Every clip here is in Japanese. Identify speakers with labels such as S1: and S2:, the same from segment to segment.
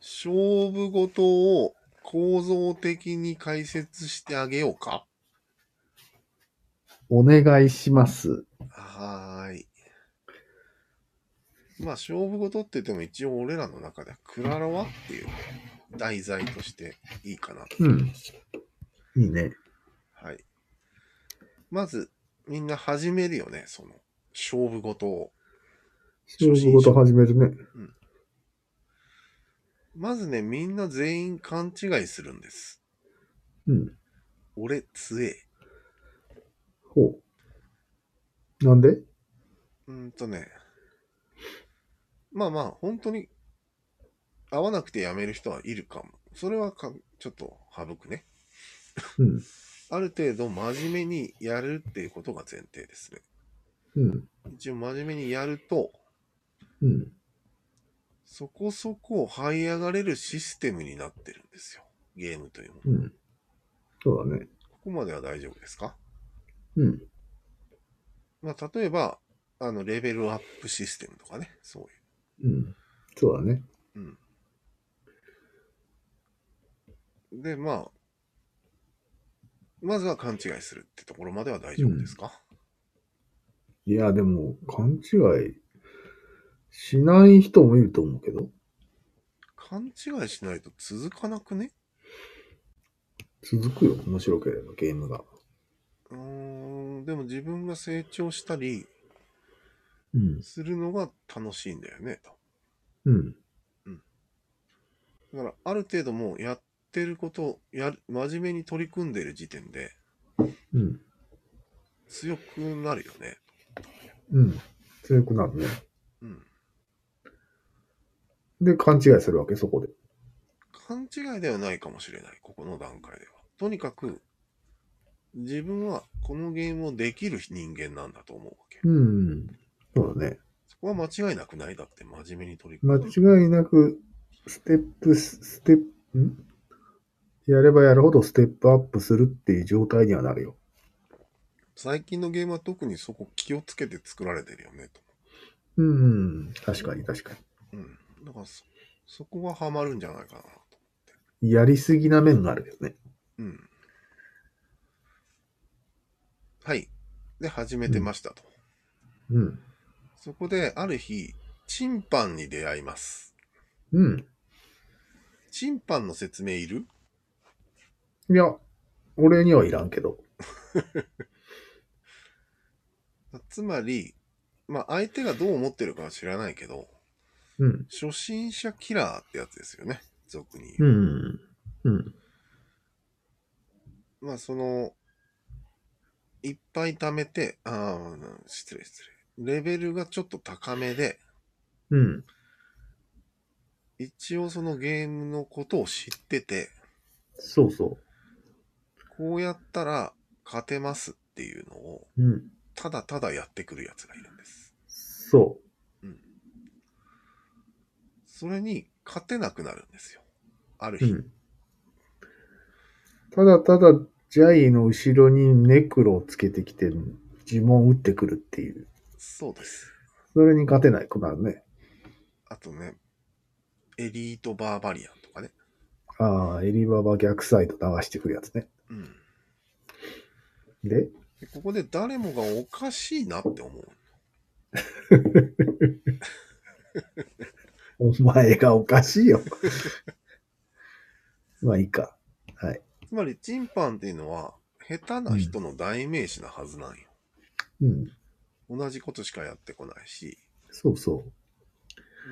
S1: 勝負事を構造的に解説してあげようか。
S2: お願いします。
S1: はーい。まあ、勝負事って言っても一応俺らの中ではクラロワっていう題材としていいかなと。
S2: うん。いいね。
S1: はい。まず、みんな始めるよね、その、勝負事を。
S2: 勝負事始めるね。
S1: まずね、みんな全員勘違いするんです。
S2: うん。
S1: 俺、強え。
S2: ほう。なんで
S1: うーんとね。まあまあ、本当に、合わなくてやめる人はいるかも。それはか、ちょっと省くね。
S2: うん。
S1: ある程度真面目にやるっていうことが前提ですね。
S2: うん。
S1: 一応真面目にやると、
S2: うん。
S1: そこそこ這い上がれるシステムになってるんですよ。ゲームというもの。
S2: うん。そうだね。
S1: ここまでは大丈夫ですか
S2: うん。
S1: まあ、例えば、あの、レベルアップシステムとかね、そういう。
S2: うん。そうだね。
S1: うん。で、まあ、まずは勘違いするってところまでは大丈夫ですか、
S2: いや、でも、勘違いしない人もいると思うけど、
S1: 勘違いしないと続かなくね
S2: 続くよ。面白ければ、ゲームが。
S1: うーん、でも自分が成長したり
S2: うん。
S1: するのが楽しいんだよね、と。
S2: うん。
S1: だから、ある程度もうやってることをやる、真面目に取り組んでる時点で
S2: うん。
S1: 強くなるよね。
S2: うん。強くなるね。
S1: うん。
S2: で、勘違いするわけ、そこで。
S1: 勘違いではないかもしれない、ここの段階では。とにかく、自分はこのゲームをできる人間なんだと思うわけ。
S2: うん。そうだね。
S1: そこは間違いなくないだって真面目に取り
S2: 間
S1: 組む。
S2: 違いなく、ステップス、ステップ、んやればやるほどステップアップするっていう状態にはなるよ。
S1: 最近のゲームは特にそこ気をつけて作られてるよね、と。
S2: うん、うん。確かに確か
S1: うん。だからそ、そこはハマるんじゃないかなと。
S2: に。やりすぎな面があるよね。
S1: うん。はい。で、始めてましたと。
S2: うん。
S1: そこで、ある日、チンパンに出会います。
S2: うん。
S1: チンパンの説明いる
S2: いや、俺にはいらんけど。
S1: つまり、まあ、相手がどう思ってるかは知らないけど、
S2: うん。
S1: 初心者キラーってやつですよね、俗に言
S2: う
S1: う。
S2: ん。うん。
S1: まあ、その、いっぱい貯めて、ああ、失礼失礼。レベルがちょっと高めで、
S2: うん。
S1: 一応そのゲームのことを知ってて、
S2: そうそ
S1: こうやったら勝てますっていうのを、
S2: う。うん。
S1: ただただやってくるやつがいるんです。
S2: そ
S1: それに勝てなくなるんですよ。ある
S2: う。
S1: 日。
S2: うん。ただただ、ジャイの後ろにネクロをつけてきて、呪文を打ってくるっていう。
S1: そうです。
S2: それに勝てないくなるね。
S1: あとね、エリートバーバリアンとかね。
S2: ああ、エリババ逆サイド流してくるやつね。
S1: うん。
S2: で、
S1: でここで誰もがおかしいなって思う。
S2: お前がおかしいよ。 まあいいか。
S1: つまり、チンパンっていうのは、下手な人の代名詞なはずなんよ。
S2: うん。
S1: 同じことしかやってこないし、
S2: そうそう。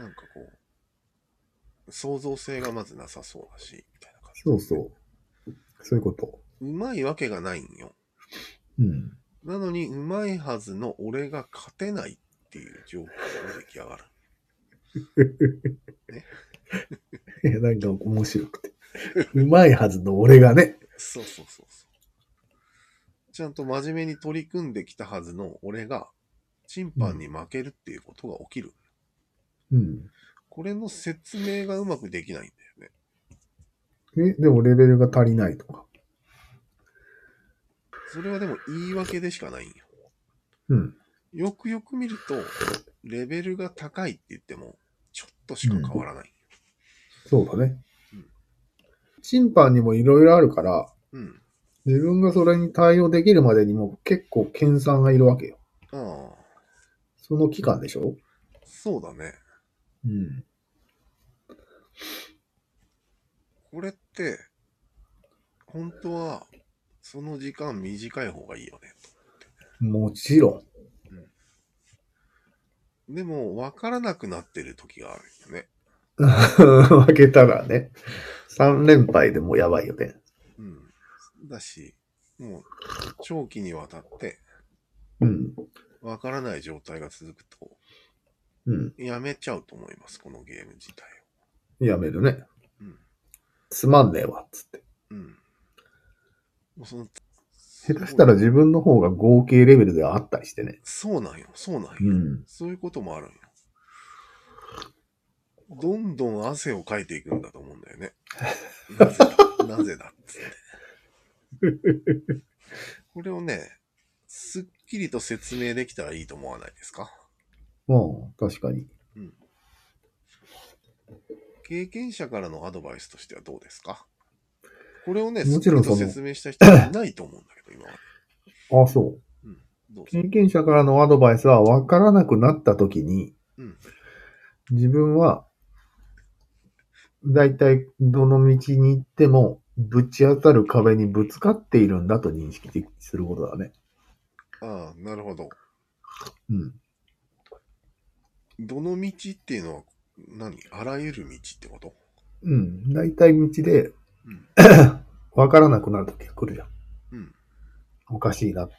S1: なんかこう、創造性がまずなさそうだし、みたいな感じ。
S2: そうそう。そういうこと。
S1: うまいわけがないんよ。
S2: うん。
S1: なのに、うまいはずの俺が勝てないっていう状況が出来上がる。
S2: いや、なんか面白くて。うまいはずの俺がね。
S1: そうそうそうそう。ちゃんと真面目に取り組んできたはずの俺が、チンパンに負けるっていうことが起きる。
S2: うん。
S1: これの説明がうまくできないんだよね。
S2: え、でもレベルが足りないとか。
S1: それはでも言い訳でしかないんよ。
S2: うん。
S1: よくよく見ると、レベルが高いって言っても、ちょっとしか変わらない。
S2: そうだね
S1: うん。
S2: 審判にもいろいろあるから、
S1: うん。
S2: 自分がそれに対応できるまでにも結構研鑽がいるわけよ。
S1: ああ、
S2: その期間でしょ
S1: そうだね。
S2: うん。
S1: これって、本当は、その時間短い方がいいよね。
S2: もちろん。
S1: でも、わからなくなってる時があるよね。
S2: 負けたらね、3連敗でもやばいよね。
S1: うん。だし、もう、長期にわたって、
S2: うん。
S1: わからない状態が続くと、
S2: うん。
S1: やめちゃうと思います、このゲーム自体
S2: やめるね。
S1: を。うん。
S2: つまんねえわ、つって。
S1: うん。もうその、
S2: 下手したら自分の方が合計レベルではあったりしてね。
S1: そうなんよ、そうなんよ。
S2: うん。
S1: そういうこともあるんよ。どんどん汗をかいていくんだと思うんだよね。なぜ だなぜだっつって。これをね、すっきりと説明できたらいいと思わないですか
S2: うん、確かに。
S1: 経験者からのアドバイスとしてはどうですかこれをね、
S2: もちろん
S1: すっきりと
S2: その
S1: 説明した人はいないと思うんだけど、今は。
S2: あ、そう。
S1: うん。どうぞ
S2: 経験者からのアドバイスは分からなくなった時に、
S1: うん
S2: 自分は、だいたいどの道に行っても、ぶち当たる壁にぶつかっているんだと認識することだね。
S1: ああ、なるほど。
S2: うん。
S1: どの道っていうのは何あらゆる道ってこと
S2: うん。だいたい道で
S1: うん、
S2: 分からなくなる時が来るじゃん。
S1: うん。
S2: おかしいなって。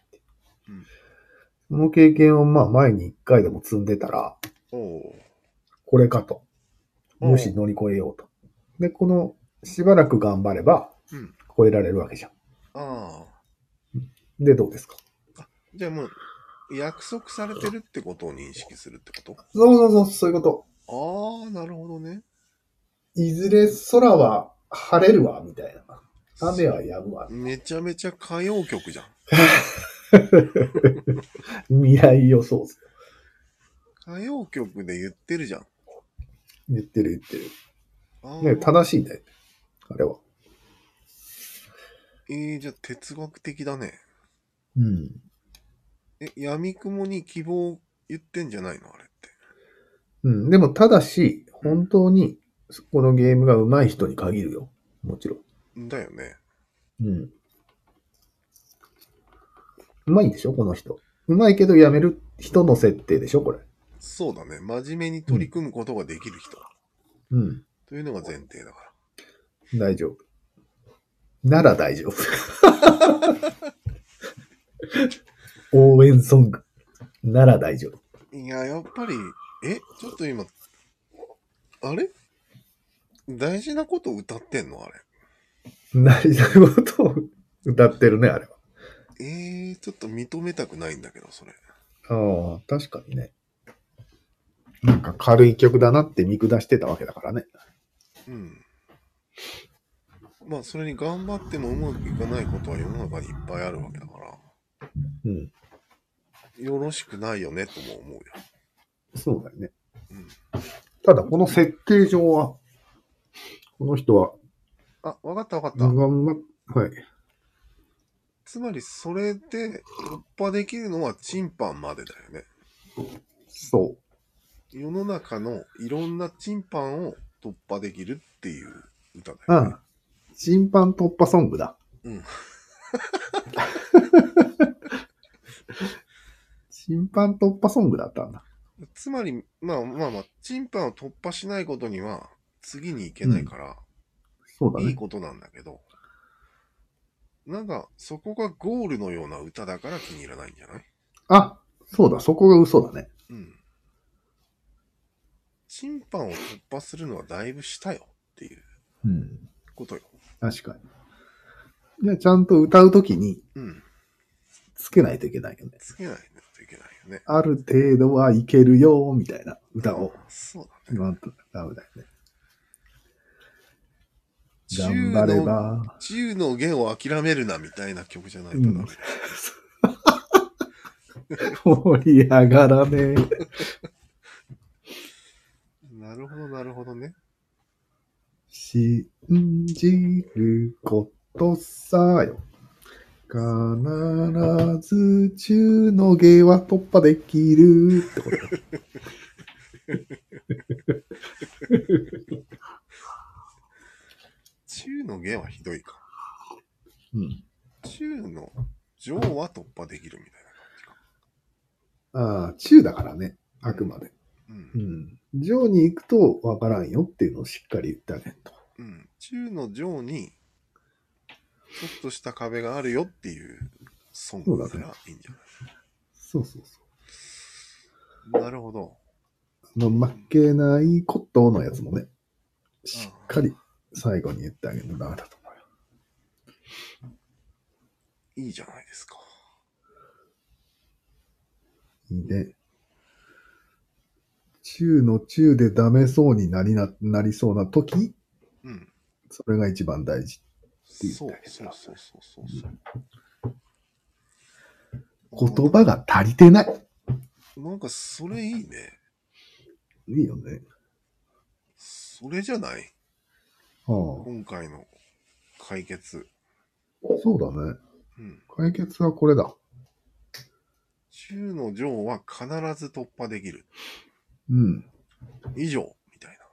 S1: うん
S2: その経験をまあ前に一回でも積んでたら、
S1: おお。
S2: これかと。
S1: おう
S2: よし、乗り越えようと。で、この、しばらく頑張れば、
S1: うん。
S2: 超えられるわけじゃん。
S1: ああ。
S2: で、どうですか
S1: じゃあもう、約束されてるってことを認識するってこ
S2: そうそうそう、そういうこと。
S1: とああ、なるほどね。
S2: いずれ空は晴れるわ、みたいな。雨は止むわ。
S1: めちゃめちゃ歌謡曲じゃん。
S2: 未来予想図。
S1: 歌謡曲で言ってるじゃん。
S2: 言ってる言って
S1: ああ、
S2: る。ね、正しいんだよ。あれは。
S1: えー、じゃあ哲学的だね。
S2: うん。
S1: え、闇雲に希望を言ってんじゃないのあれって。
S2: うん。でも、ただし、本当に、このゲームが上手い人に限るよ。もちろん。
S1: だよね。
S2: うん。うまいんでしょこの人。うまいけどやめる人の設定でしょこれ。
S1: そうだね。真面目に取り組むことができる人。
S2: うん。
S1: というのが前提だか
S2: 大丈夫。なら大丈夫。 応援ソング。なら大丈夫。
S1: ら。いや、やっぱり、え、ちょっと今、あれ大事なこと歌ってんのあれ。
S2: 大事なことを歌ってるね、あれは。
S1: えー、ちょっと認めたくないんだけど、それ。
S2: ああ、確かにね。なんか軽い曲だなって見下してたわけだからね。
S1: うん。まあ、それに頑張ってもうまくいかないことは世の中にいっぱいあるわけだから、
S2: うん。
S1: よろしくないよねとも思うよ。
S2: そうだよね。
S1: うん。
S2: ただ、この設定上は、この人は
S1: あ、わかったわかった。
S2: 頑張っ、はい。
S1: つまり、それで突破できるのはチンパンまでだよね。
S2: そ
S1: 世の中のいろんなチンパンを突破できるっていう歌だ
S2: う。
S1: よね。
S2: ああ。審判突破ソングだ。
S1: うん。
S2: 審判突破ソングだったんだ。
S1: つまり、まあまあまあ、チンパンを突破しないことには次に行けないから、
S2: そうだ
S1: いい
S2: ね。
S1: ことなんだけど、なんか、そこがゴールのような歌だから気に入らないんじゃない
S2: あ、そうだ、そこが嘘だね。
S1: うん。チンパンを突破するのはだいぶしたよっていう
S2: うん。
S1: ことよ。
S2: 確かに。じゃあ、ちゃんと歌うときに
S1: うん。
S2: つけないといけないよね。
S1: つけないといけないよね。
S2: ある程度はいけるよ、みたいな歌を。
S1: そうだね。
S2: 言わんとダメだよね。
S1: 中
S2: 頑
S1: の
S2: 張れば。
S1: 中の弦を諦めるなみたいな曲じゃないとダメ。
S2: うん盛り上がらねえ。
S1: なるほど、なるほどね。
S2: 信じることさよ。必ず中の芸は突破できるってことだ。
S1: 中の下はひどいか。
S2: うん。
S1: 中の上は突破できるみたい
S2: ああ、中だからね、あくまで。
S1: な感
S2: う
S1: じか。
S2: ん。上に行くとわからんよっていうのをしっかり言ってあげると。
S1: うん。うん。中の上に、ちょっとした壁があるよっていう、損だからいいんじゃない
S2: そうそうそ
S1: なるほど。
S2: う。あの、負けないことのやつもね、しっかり最後に言ってあげるとダメだと思うよ。
S1: いいじゃないですか。
S2: いいね。中の中でダメそうになりな、なりそうな時、
S1: うん。
S2: それが一番大事。
S1: そうそうそうそうそうそう。
S2: 言葉が足りてない。
S1: なんかそれいいね。
S2: いいよね。
S1: それじゃない
S2: はあ、
S1: 今回の解決。
S2: そうだね。
S1: うん。
S2: 解決はこれだ。
S1: 中の上は必ず突破できる。
S2: うん。
S1: 以上。みたい
S2: あ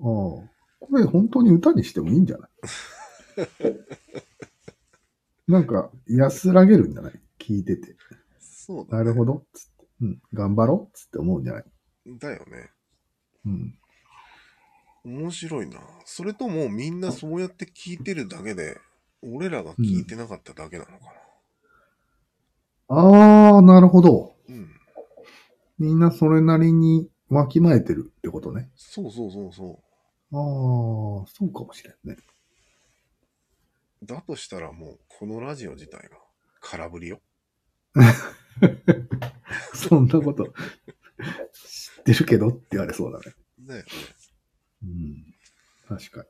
S2: あ。これ本当に歌にしてもいいんじゃないなんか安らげるんじゃない聞いてて。
S1: な。そうだ、
S2: なるほど。つって。うん。頑張ろう。つって思うんじゃない
S1: だよね。
S2: うん。
S1: 面白いな。それともみんなそうやって聞いてるだけで、俺らが聞いてなかっただけなのか
S2: ああ、なるほど。
S1: な。うん。
S2: みんなそれなりにわきまえてるってことね。
S1: そうそうそうそ
S2: ああ、そうかもしれんね。
S1: う。だとしたらもう、このラジオ自体が空振りよ。
S2: そんなこと知ってるけどって言われそうだね。
S1: だよね。
S2: うん。確かに。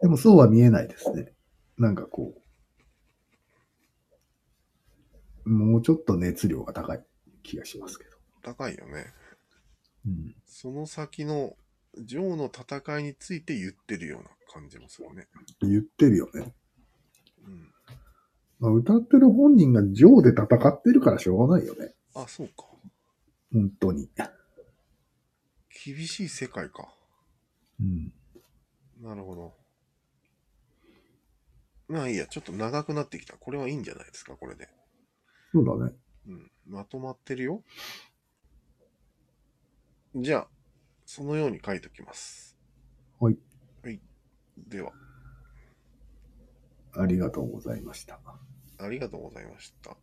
S2: でもそうは見えないですね。なんかこう、もうちょっと熱量が高い気がしますけど。
S1: 高いよね。
S2: うん。
S1: その先の、上の戦いについて言ってるような感じもするね。
S2: 言ってるよね。
S1: うん。
S2: まあ、歌ってる本人がジョーで戦ってるからしょうがないよね。
S1: あ、そうか。
S2: 本当に。
S1: 厳しい世界か。
S2: うん。
S1: なるほど。まあいいや、ちょっと長くなってきた。これはいいんじゃないですか、これで。
S2: そうだね。
S1: うん。まとまってるよ。じゃあ、そのように書いときます。
S2: はい。
S1: はい。では、
S2: ありがとうございました。
S1: ありがとうございました。